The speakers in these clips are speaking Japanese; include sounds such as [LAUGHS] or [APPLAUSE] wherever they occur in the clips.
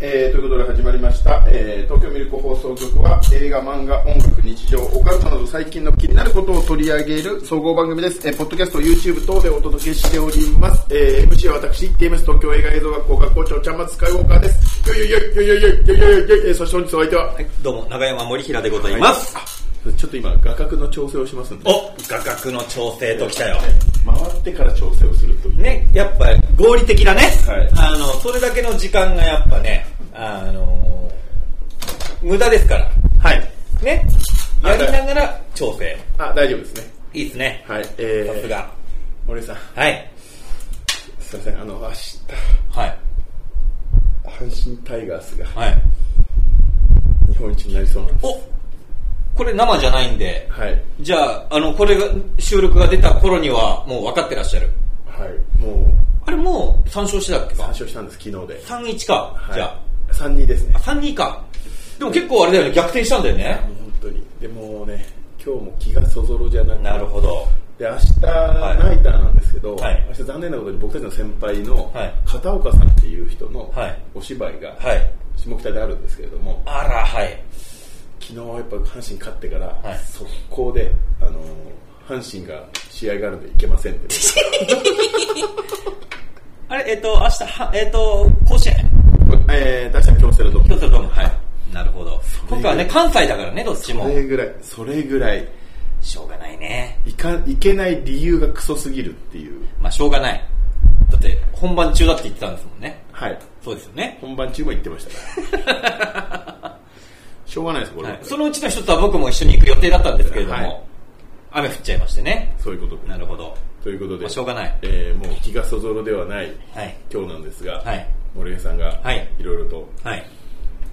えーということで始まりました、えー東京ミルク放送局は映画、漫画、音楽、日常、お母さんなど最近の気になることを取り上げる総合番組です。えーポッドキャスト、YouTube 等でお届けしております。えー MC は私、TMS 東京映画映像学校学校長、ちゃんまつかいウォーカーです。よいよいよいよいよいよいよいよいよいよえーそして本日お相手は、どうも、長山森平でございます。ちょっと今、画角の調整をしますんで。お、画角の調整ときたよ。回ってから調整をするという。ね、やっぱ合理的だね。はいあの、それだけの時間がやっぱね、あの無駄ですから。はい。ね、やりながら調整。あ、大丈夫ですね。いいですね。はい。えさすー、が。森さん、はい。すいません、あの、明日、はい。阪神タイガースがはい。日本一になりそうなんです。お、これ生じゃないんで、はい。じゃあ、あの、これが、収録が出た頃には、もう分かってらっしゃる。はい、もうあれもう、参照してたっけ3か勝したんです、昨日で。 ?31 か。はい、じゃあ。 3、2ですね。 3、2か。でも結構あれだよね、逆転したんだよね。もう本当に。でもうね、今日も気がそぞろじゃなくて、なるほど。で明日、ナイいターなんですけど、はい明日残念なことに僕たちの先輩のはい片岡さんっていう人のはいお芝居がはい。下北であるんですけれども、あら、はい。昨日やっぱ阪神勝ってから、はい速攻で、あのー阪神が試合があるんで行けませんって。あれ、えっ、と、明日、はえっ、と、甲子園。えー、出した京セラドーム京都ドーム。はい。なるほど。れ今回はね、関西だからね、どっちもそ。れぐらい、それぐらい、しょうがないね。いか、いけない理由がクソすぎるっていう。まあ、しょうがない。だって、本番中だって言ってたんですもんね。はい。そうですよね。本番中も言ってました [LAUGHS] から。しょうがないです、これはは、い。そのうちの一つは僕も一緒に行く予定だったんですけれども、はい雨降っちゃいましてね。そういうことでなるほど。ということで、まあしょうがないえーもう気がそぞろではない、はい今日なんですが、はい森江さんが、はいろいろと、はい。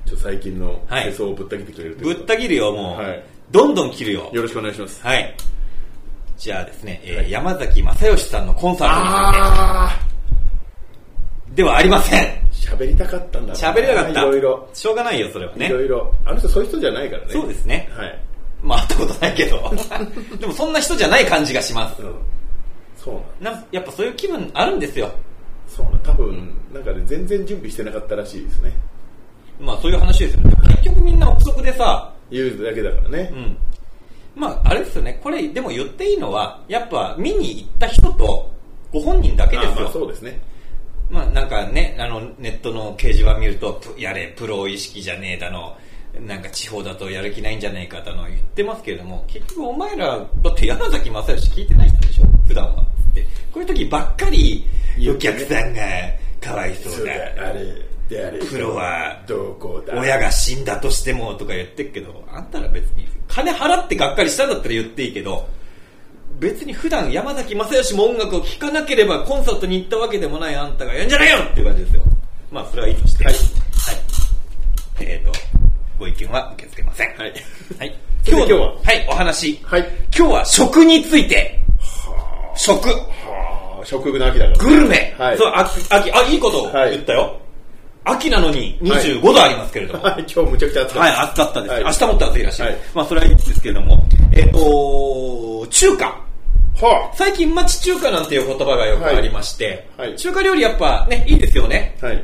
ちょっと最近のはい世相をぶった切ってくれるといぶうっことで、た切るよ、もう。はいどんどん切るよ。よろしくお願いします。はい。じゃあですね、えー山崎正義さんのコンサートについあてではありません。ー、喋りたかったんだな。喋れなかった。いろいろ。しょうがないよ、それはねい。ろいろ。あの人そういう人じゃないからね。そうですね。はい。まあ、会ったことないけど。 [LAUGHS] でも、そんな人じゃない感じがしますう。ん。そうなんなんやっぱそういう気分あるんですよ。そうなん多分、なんかね、全然準備してなかったらしいですね。まあ、そういう話ですよね。結局みんな憶測でさ、言うだけだからねう。ん。まあ、あれですよね。これ、でも言っていいのは、やっぱ見に行った人と、ご本人だけですあまあよ。そうですね。まあなんかね、あのネットの掲示板見ると、プやれ、プロ意識じゃねえだの、なんか地方だとやる気ないんじゃねえかだの言ってますけれども、結局お前ら、だって山崎正義聞いてない人でしょ普段は。って。こういう時ばっかり、言おってね客さんがかわいそうだ。あれであれプロはどうこうだ親が死んだとしてもとか言ってるけど、あんたら別に、金払ってがっかりしたんだったら言っていいけど、別に普段山崎正義も音楽を聴かなければコンサートに行ったわけでもないあんたがやんじゃないよっていう感じですよ。まあ、それはいいとして。はいはい。えっ、と、ご意見は受け付けません。はいはい。それで今日ははい、お話。はい今日は食について。食。はあ食具の秋だかグルメ。はいそう、秋、秋、あ、いいことをはい言ったよ。秋なのに25度ありますけれども。らはい今日むちゃくちゃ暑はい、い暑かったです。はい明日もっと暑いらしい。はいまあ、それはいいんですけれども。えっ、と、中華。は最近、町中華なんていう言葉がよくありまして、はいはい中華料理やっぱね、いいですよね。はい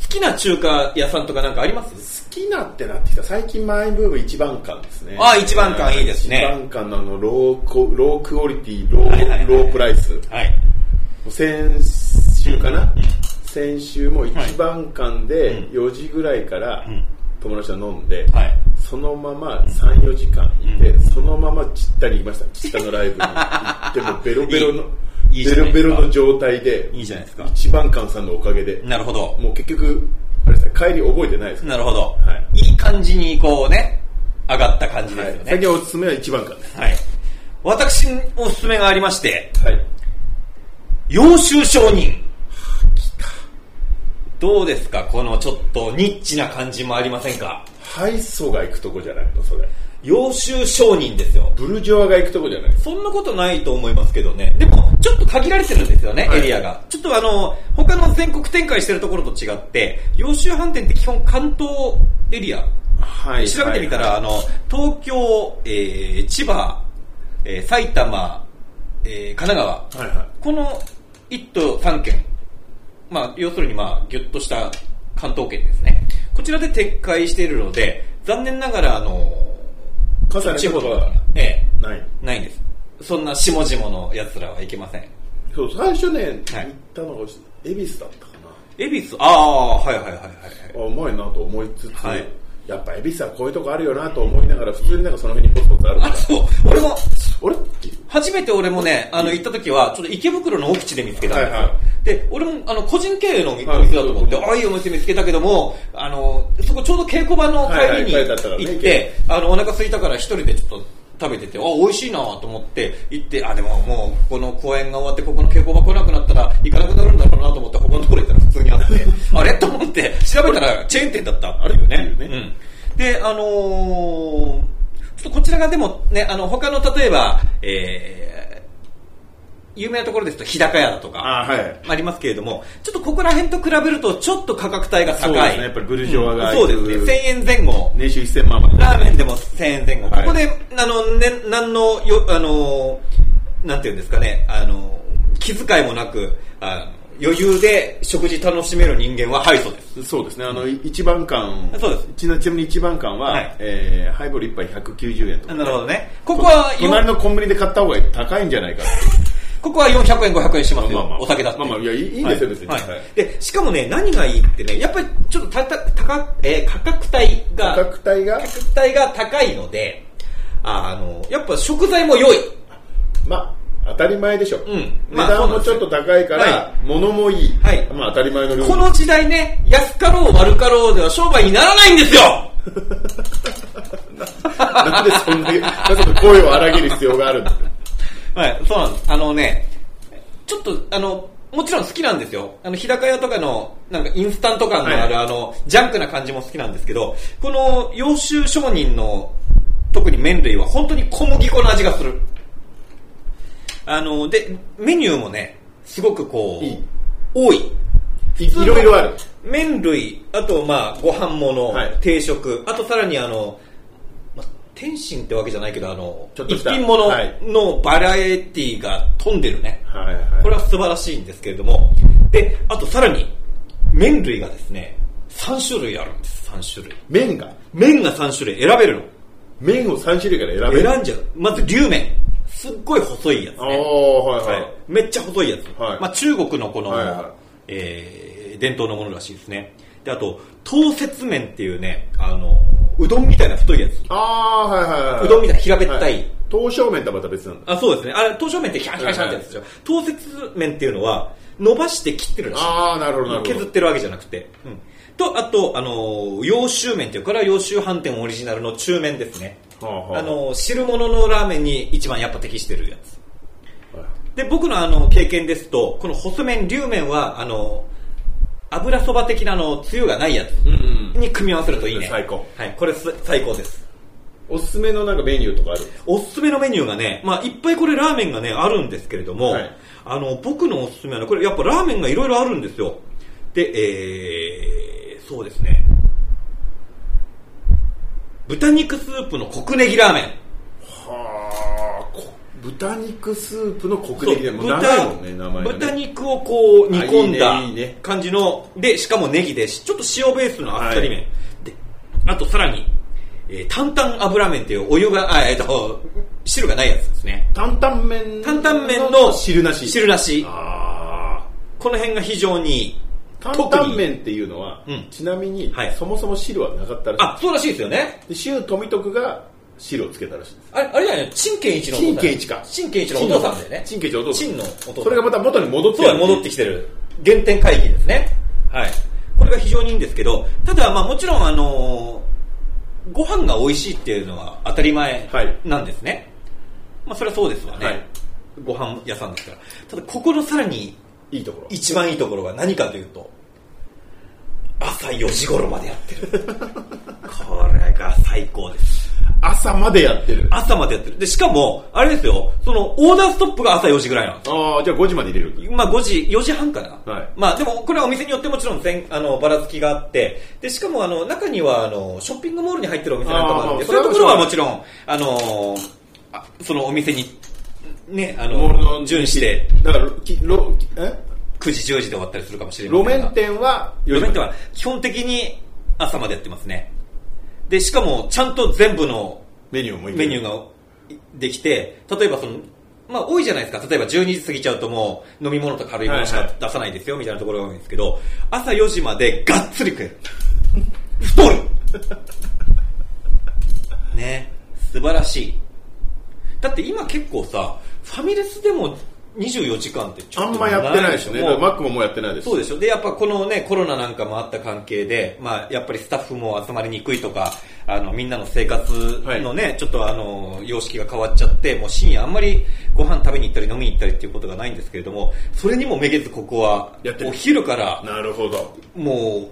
好きな中華屋さんとかなんかあります好きなってなってきた最近マイブーム一番感ですねあ一番感いいですね一番感のあのローコロークオリティロー、はいはいはいロープライスもはい。う先週かな先週も一番感でう4時ぐらいからん友達と飲んで、はい。そのまま34時間いて、うそのままちったりいましたちったのライブに行 [LAUGHS] ってもベロベロのいいいいじベゃなロいですかベロの状態でいいじゃないですか。一番館さんのおかげでなるほど。もう結局あれですね帰り覚えてないです、なるほど。、はいい感じにこうね、上がった感じではいすよ、ね。最近おすすめは一番館ですはい。私、おすすめがありまして、はい洋州商人。どうですかこのちょっとニッチな感じもありませんか敗訴が行くとこじゃないのそれ洋州商人ですよ。ブルジョワが行くとこじゃないそんなことないと思いますけどね。でも、ちょっと限られてるんですよね、はいエリアが。ちょっとあの、他の全国展開してるところと違って、洋州飯店って基本関東エリア。は調べてみたら、あの、東京、えー、千葉、えー、埼玉、えー、神奈川、はいはいこの1都3県、まあ、要するにまあギュッとした関東圏ですね。こちらで撤回しているので、残念ながら、あの、関西の地人方とかとか、えないえ、ないんです。そんな下々の奴らはいけません。そう最初ね、はい行ったのが恵比寿だったか恵比寿、ああ、はいはいはいはいはい。なあうまいなと思いつつ、はいやっぱ恵比寿はこういうとこあるよなと思いながら普通になんかその辺にポツポツあるかあ、らそう、俺も、俺っていう初めて俺もね、あの、行った時は、ちょっと池袋の奥地で見つけたんですよ。はいはいで、俺も、あの、個人経営のお店はいだと思って、そうああ、いいお店見つけたけども、あの、そこちょうど稽古場の帰りにはいはい帰りだったからね行って、あの、お腹空いたから一人でちょっと食べてて、あ、美味しいなと思って行って、あ、でももう、この公演が終わって、ここの稽古場来なくなったら、行かなくなるんだろうなと思って、他のところ行ったら普通にあって、 [LAUGHS] あれと思って、調べたらチェーン店だったっていうあれねっ。ていうねうん。で、あのーちょっとこちらがでもね、あの、他の例えば、えー、有名なところですと日高屋だとか、あはいありますけれども、ちょっとここら辺と比べると、ちょっと価格帯が高い。そうですねやっぱりブルジョワがうんそうですね。1000円前後。年収1000万までラーメンでも1000円前後。はいここで、あの、ね、なんの、よ、あの、なんていうんですかね、あの、気遣いもなく、あの余裕で食事楽しめる人間は敗訴です。そうですねあの、一番缶そうですちなちなみに一番缶は、はいえーハイボール一杯190円となかるほどね。ここは、と隣のコンビニで買った方が高いんじゃないかってここは400円、500円しますよ、まあまあお酒だって。まあまあいやいいいいんですよは別にはいはいで、しかもね、何がいいってね、やっぱりちょっとたた高、えー価格帯が、価格帯が価格帯が高いので、あの、やっぱ食材も良い。まあ当たり前でしょ、ん値まあそう段なんもですちよょっと高いから、は物もいい、はいまあ当たり前の量この時代ね、安かろう悪かろうでは商売にならないんですよなんでそんななんでそんな声を荒げる必要があるんだはい、そうなんです。あのね、ちょっと、あの、もちろん好きなんですよ。あの、日高屋とかの、なんかインスタント感のある、はあの、ジャンクな感じも好きなんですけど、この、洋州商人の、特に麺類は本当に小麦粉の味がする。あの、で、メニューもね、すごくこう、いい多い。いいろいろある麺類、あとまあご飯物、はい定食、あとさらにあの、まあ、天津ってわけじゃないけど、あの、ちょっと一した品物はいのバラエティが飛んでるね。はいはいこれは素晴らしいんですけれども、で、あとさらに、麺類がですね、3種類あるんです、3種類。麺が麺が3種類選べるの。麺を3種類から選べる選んじゃう。まず、龍麺。すっごい細いやつああはね。いはい、はい、めっちゃ細いやつ、はいまあ、中国のこの、はいはいえー伝統のものらしいですねであと刀切麺っていうねあのうどんみたいな太いやつああはいはいはいうどんみたいな平べったい刀削麺とはまた別なんだあそうですねあれ刀削麺ってキャンキャンキャンってやつでしょ刀切麺っていうのは伸ばして切ってるらしいああなるほどなるほど削ってるわけじゃなくて、うん、とあと、あのー洋州麺というこれは洋州飯店オリジナルの中麺ですね、はあはああのー汁物のラーメンに一番やっぱ適してるやつはいで僕のあの経験ですとこの細麺龍麺はあの油そば的なあのつゆがないやつうんうんに組み合わせるといいね最高はいこれす最高ですおすすめのなんかメニューとかあるおすすめのメニューがね、まあ、いっぱいこれラーメンがねあるんですけれども、はいあの僕のおすすめはねこれやっぱラーメンがいろいろあるんですよでえー、そうですね豚肉スープのコクネギラーメンはあ豚肉スープのコクそう的でもう長いもんね名前がね豚肉をこう煮込んあいいねいいだね感じのでしかもネギでしちょっと塩ベースのあっさり麺、はいであとさらに、えー、担々油麺っていうお湯があえっと汁がないやつですね担々麺担々麺の汁なし汁なしああこの辺が非常にいい担特々に麺っていうのは、うんちなみに、はいそもそも汁はなかったらあそうらしいですよねしいで周富徳が汁をつけたらしいですあれあれじゃない陳建一のお父さん陳建一か陳建一のお父さんだよね陳建一のお父さん陳のお父さんそれがまた元に戻ってそうだ戻ってきてる原点回帰ですねはいこれが非常にいいんですけどただまあもちろんあのーご飯が美味しいっていうのは当たり前はいなんですね、まあそれはそうですわね、はいご飯屋さんですからただここのさらにいいところ一番いいところが何かというと朝4時頃までやって [LAUGHS] るこれが最高です朝までやってる朝までやってるでしかもあれですよそのオーダーストップが朝4時ぐらいなんですああじゃあ5時まで入れるまあ5時、4時半かな。はいまあでも、これはお店によってもちろん全、あの、ばらつきがあって、で、しかもあの、中にはあの、ショッピングモールに入ってるお店なんかもあるんで、あーそういうところはもちろん、あのーあそのお店に、ね、あモールの、の順して、だからきろえ9時、10時で終わったりするかもしれませ路んが面店は路面店は基本的に朝までやってますね。で、しかもちゃんと全部のメニューもいけメるニューができて、例えばその、まあ多いじゃないですか。例えば12時過ぎちゃうともう飲み物と軽いものしはいかはい出さないですよみたいなところが多いんですけど、朝4時までがっつり食える。 [LAUGHS] 太るね素晴らしい。だって今結構さ、ファミレスでも24時間ってちょあっんとまやってないですよね。もうだからマックももうやってないです。そうでしょ。で、やっぱこのね、コロナなんかもあった関係で、まあ、やっぱりスタッフも集まりにくいとか、あの、みんなの生活のね、ちょっとあの、様式が変わっちゃって、もう深夜あんまりご飯食べに行ったり飲みに行ったりっていうことがないんですけれども、それにもめげずここはやって、るお昼から、なるほど。もう、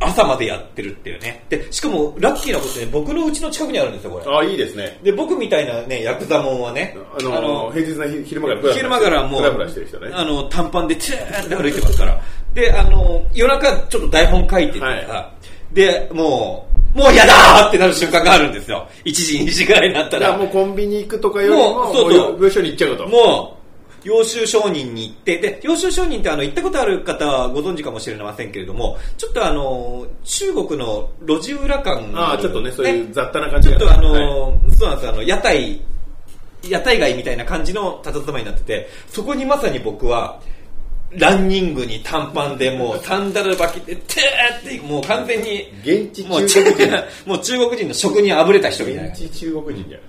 朝までやってるっていうね。で、しかも、ラッキーなことで、僕の家の近くにあるんですよ、これ。あ、いいですね。で、僕みたいなね、ヤクザもんはね、あの、平日の昼昼間からブラブラ昼間からもう、ブラブラしてる人ね。あの、短パンでチューって歩いてますから。で、あの、夜中ちょっと台本書いててさ、はで、もう、もうやだーってなる瞬間があるんですよ。1時、2時ぐらいになっただからら、もうコンビニ行くとかよりも、ももううそうそう部署に行っちゃうと。もう、領収証人に行って、で、領収証人ってあの、行ったことある方はご存知かもしれませんけれども、ちょっとあの、中国の路地裏感があああ、るちょっとね、そういう雑多な感ちじょっがとあのはいそうなんですよあの、屋台、屋台街みたいな感じの佇まいになってて、そこにまさに僕は、ランニングに短パンでも [LAUGHS] うサンダル履きで、てーって、もう完全に、現地もう中国人。もう中国人の職にあぶれた人みたいな現。地中国人じゃないですか。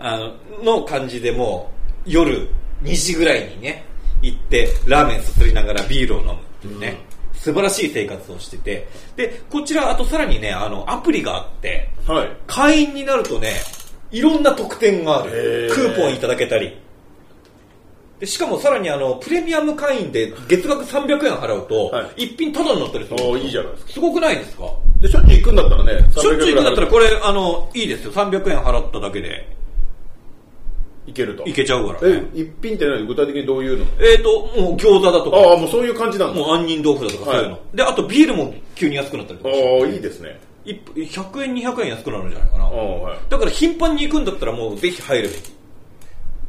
あの、の感じでもう、夜2時ぐらいにね、行って、ラーメンすすりながらビールを飲むっていうね、素晴らしい生活をしてて、で、こちら、あとさらにね、あの、アプリがあって、はい。会員になるとねいろんな特典があるへークーポンいただけたりでしかもさらにあのプレミアム会員で月額300円払うと、は一品タダになったりするああ、いいじゃないですか。すごくないですかで、しょっちゅう行くんだったらね、しょっちゅう行くんだったら300ぐいこれあのいいですよ300円払っただけで行けると。いけちゃうからえね、一品って何具体的にどういうのえっ、ともう餃子だとかああ、もうそういう感じなんだ。もう杏仁豆腐だとかそういうの、はであとビールも急に安くなったりとあかあ、いいですね。一杯100円200円安くなるんじゃないかなああ、はい。だから頻繁に行くんだったらもうぜひ入るべき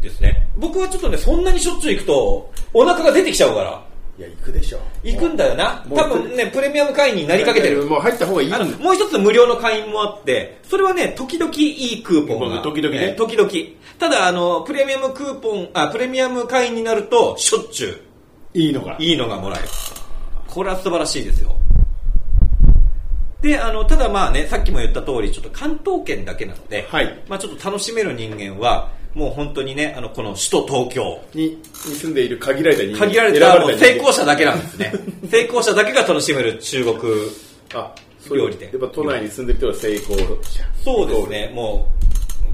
ですね僕はちょっとねそんなにしょっちゅう行くとお腹が出てきちゃうからいや、行くでしょ。行くんだよなもう多分ねプレミアム会員になりかけてるもう入った方がいいんあだのもう一つ無料の会員もあってそれはね時々いいクーポンが時々ねえー時々ただあのプレミアムクーポンあプレミアム会員になるとしょっちゅういいのが。いいのがもらえる。これは素晴らしいですよ。で、あの、ただまあね、さっきも言った通り、ちょっと関東圏だけなので、はいまあちょっと楽しめる人間は、もう本当にね、あの、この首都東京、にに住んでいる限られた人間限ら選ればたもう人間成功者だけなんです [LAUGHS] ね。成功者だけが楽しめる中国。あそういう料理店やっぱ都内に住んでる人は成功者そうですね、も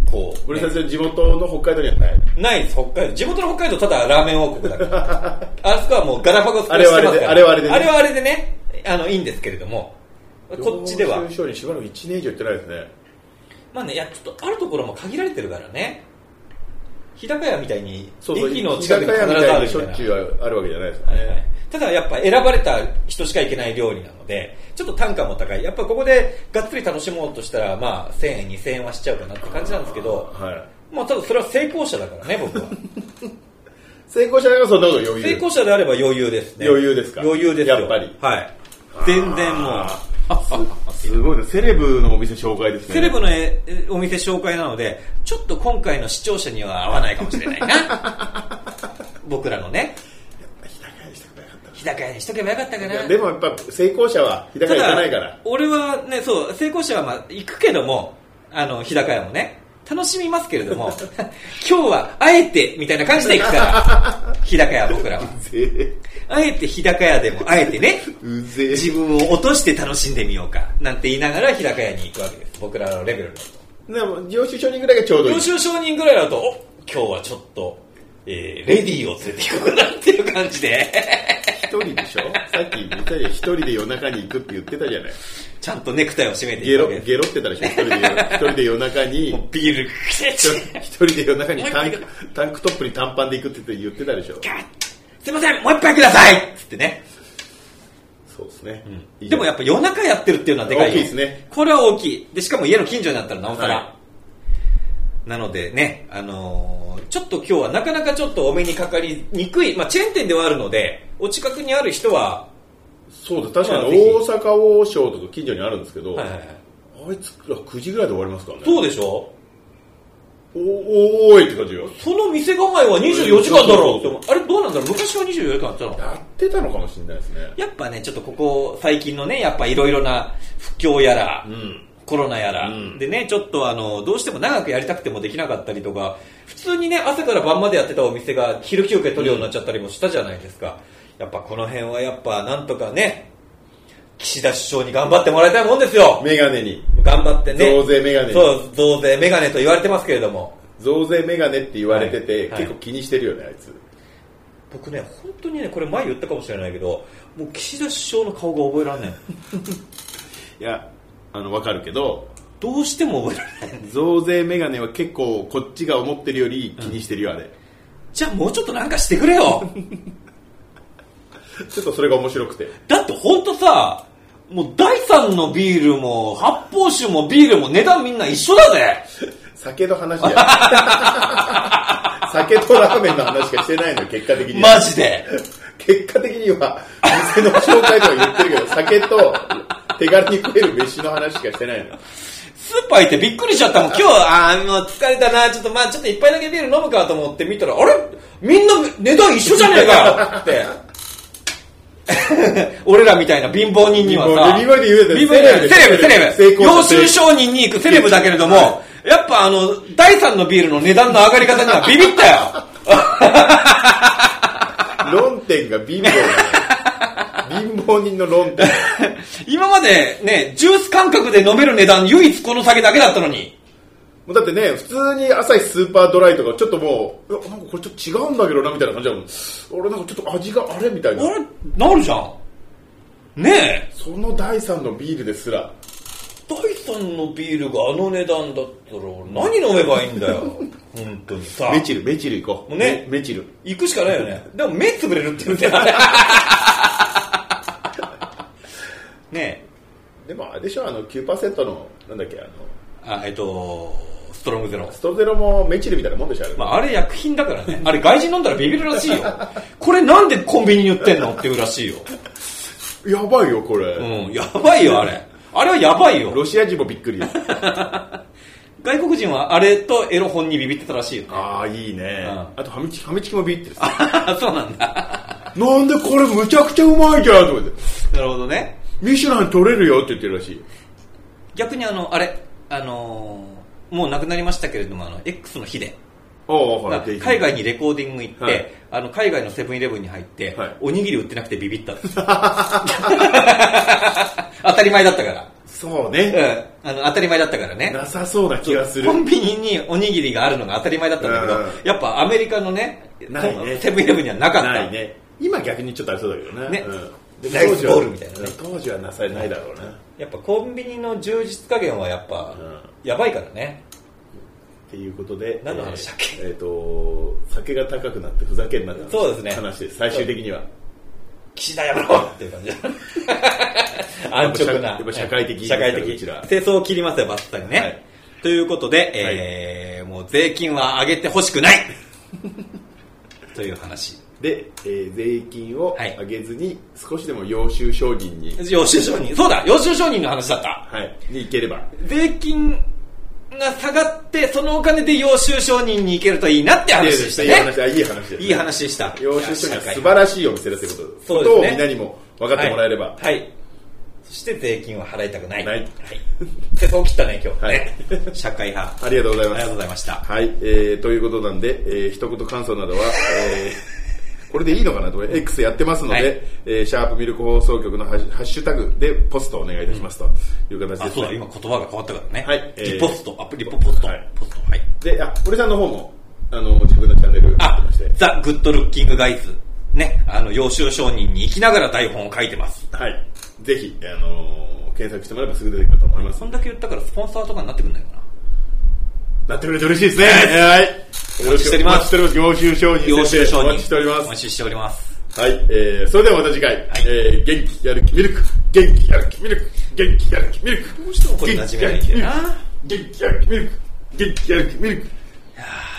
う、こう、森先生の地元の北海道にはないないです、北海道。地元の北海道、ただラーメン王国だ [LAUGHS] から。あそこはもうガラパゴス化してますからあれはあれでああれれはあれでね、あの、いいんですけれども、こっちでは領。収書にしばらく1年以上行ってないですねまあね、いや、ちょっとあるところも限られてるからね。日高屋みたいに、駅の近くに居酒必屋ずみたあいるにみしょったちいゅな。うあるわけじゃないですよはね、いはいただやっぱ選ばれた人しか行けない料理なので、ちょっと単価も高い。やっぱここでがっつり楽しもうとしたら、まあ1000円、2000円はしちゃうかなって感じなんですけど、はいまあただそれは成功者だ [LAUGHS] からね、僕は。成功者がそんなこと余裕成功者であれば余裕ですね。余裕ですか余裕ですよ。やっぱりはい。全然もう。あすごいねセレブのお店紹介ですねセレブのええお店紹介なので、ちょっと今回の視聴者には合わないかもしれないな。 [LAUGHS] 僕らのね、日高屋にしたくなかった日高屋にしとけばよかったかいやな。でもやっぱ成功者は日高た屋行かだないから、俺はね、そう、成功者はまあ行くけども、あの、日高屋もね、楽しみますけれ [LAUGHS] ども、今日はあえてみたいな感じで行くから、 [LAUGHS] 日高屋僕らは。うぜあえて日高屋でも、あえてね、えうぜえ自分を落として楽しんでみようか、なんて言いながら日高屋に行くわけです。僕らのレベルだと。でも領収書にぐらいがちょうどいい領収証人ぐらいだと、お今日はちょっと、えーレディーを連れて行くなっていう感じで、 [LAUGHS] 一人でしょさっき言ったよ一人で夜中に行くって言ってたじゃないちゃんとネクタイを締めていゲくわロけです。ゲロってたでしょ一人で夜一人で夜中もにうビール、くせ一人一人で夜中にもう一タ杯ンクタンクトップに短パンで行くって言ってたでしょすいません、もう一杯くださいっつってね。そうですね、いいでもやっぱ夜中やってるっていうのはでかいよ大きいですね。これは大きい。で、しかも家の近所になったらなおさら。はなのでね、あのーちょっと今日はなかなかちょっとお目にかかりにくい、まあ、チェーン店ではあるので、お近くにある人は、そうです確かまあにぜひ大阪王将とか近所にあるんですけど、はいはいはいあいつら9時ぐらいで終わりますからねそうでしょおおおーいって感じよその店構えは24時間だろうって思うあれどうなんだろう昔は24時間だったのやってたのかもしれないですねやっぱね、ちょっとここ最近のね、やっぱいろいろな不況やら、んコロナやら、うんでね、ちょっとあの、どうしても長くやりたくてもできなかったりとか、普通にね、朝から晩までやってたお店が昼休憩取るようになっちゃったりもしたじゃないですか。やっぱこの辺はやっぱなんとかね、岸田首相に頑張ってもらいたいもんですよ。メガネに頑張ってね。増税メガネそう、増税メガネと言われてますけれども。増税メガネって言われてて、はい結構気にしてるよねあいつ僕ね、本当にね、これ前言ったかもしれないけど、もう岸田首相の顔が覚えられない。いやあの分かるけどどうしても覚えられない。増税メガネは結構こっちが思ってるより気にしてるよ、あれじゃあもうちょっとなんかしてくれよちょっとそれが面白くてだってほんとさ、もう第三のビールも発泡酒もビールも値段みんな一緒だぜ酒の [LAUGHS] 話だよ酒とラーメンの話しかしてないのよ結果的にはマジで結果的には店の紹介とか言ってるけど酒と手軽に食える飯の話しかしてないのスーパー行ってびっくりしち [LAUGHS] ゃったもん。今日、あーもう疲れたな。ちょっとまあちょっと一杯だけビール飲むかと思って見たら、あれみんな値段一緒じゃねえかよ [LAUGHS] って。俺らみたいな貧乏人にはさ、貧乏人言うて貧乏人セレブ、セセレブレブ。成功要者衆商人に行くセレブだけれども、やっぱあの、第三のビールの値段の上がり方にはビビったよ。 [LAUGHS] 論点が貧乏なのよ貧乏人の論点今までね、ジュース感覚で飲める値段、唯一この酒だけだったのに。もうだってね普通に朝日スーパードライとかちょっともういやなんかこれちょっと違うんだけどなみたいな感じだもん俺なんかちょっと味があれみたいあなれなるじゃん。ねえ。その第三のビールですら第三のビールがあの値段だったら、何飲めばいいんだよ。 [LAUGHS] 本当にさ。メチルメチル行こうねメメチル行くしかないよね。でも目つぶれるって言うんだよね。 [LAUGHS] ねえ。でもあれでしょあの9%のなんだっけあのあ、えっと、ストロングゼロ。ストゼロもメチルみたいなもんでしょあれ、まあ、あれ薬品だからね。あれ外人飲んだらビビるらしいよ。これなんでコンビニに売ってんのっていうらしいよ。やばいよこれ、うん、やばいよ、あれ。あれはやばいよ。ロシア人もびっく [LAUGHS] り外国人はあれとエロ本にビビってたらしいよ。ああいいね、うあとハミチハミチキもビってる [LAUGHS] そうなんだ。なんでこれむちゃくちゃうまいじゃんとか言って [LAUGHS] なるほどね。ミシュラン取れるよって言ってるらしい逆にあの、あれ、あのーもう亡くなりましたけれども、あの、X の日で、ああはまいあぜひ海外にレコーディング行って、はいあの、海外のセブンイレブンに入って、はいおにぎり売ってなくてビビったん [LAUGHS] ですよ当たり前だったから。そううねん。あの、当たり前だったからね。なさそうな気がするコンビニにおにぎりがあるのが当たり前だったんだけど、うんやっぱアメリカのね、ないねセブンイレブンにはなかった。ないね今逆にちょっとありそうだけどねねうん、ライス当時ボールはみたいなね当時はなさないだろうな、っやっぱコンビニの充実加減はやっぱ、うんやばいからね。ていうことで何の話だっけえーえーと酒が高くなってふざけんなって話そうですね話です最終的には岸田やめろっていう [LAUGHS] 感じ安直な。やっぱ社会的 [LAUGHS] 社会う的。ちら清掃を切りますよ、バッタリね。はいということで、えーもう税金は上げてほし [LAUGHS] くないという話。で、えー税金をはい上げずに少しでも領収証人に、領収証人。そうだ領収証人の話だった。はい、に行ければ税金が下がって、そのお金で領収証人に行けるといいなって話でしたいい話ね。だいい話ですいい話でした。領収書には素いや社会晴らしいお店だということそうですねことをみんなにも分かってもらえれば、はい、はいそして税金は払いたくないないでそう切ったね今日はいね、社会派ありがとうございありまがすとうございましたはい、えー、ということなんで、えー、一言感想などは、えー、これでいいのかなと、X やってますので、はいえーシャープミルク放送局のハッシュハッシュタグでポストお願いいたしますという形あです、そうだね今言葉が変わったからねはいえーリポストアプリポポスト、はいポストはいで、あ、堀さんの方も、あの、自分のチャンネルやってあまして、ザ・グッド・ルッキング・ガイズねあの幼少商人に行きながら台本を書いてますはい、ぜひ、あのー検索してもらえばすぐ出てくると思いますそん。だけ言ったからスポンサーとかになってくんないかななってくれて嬉しいですね。はい。よろしくお待ちしてお待ちしております。領収証人。幼少商人お待ちしておりまおす。待ちしておりますはい。えー、それではまた次回、えー、元気やる気ミルク、元気やる気ミルク、元気やる気ミルク。どうしてもこれ馴染めないんだよな元気やる気ミルク、元元気やる気ミルクいやー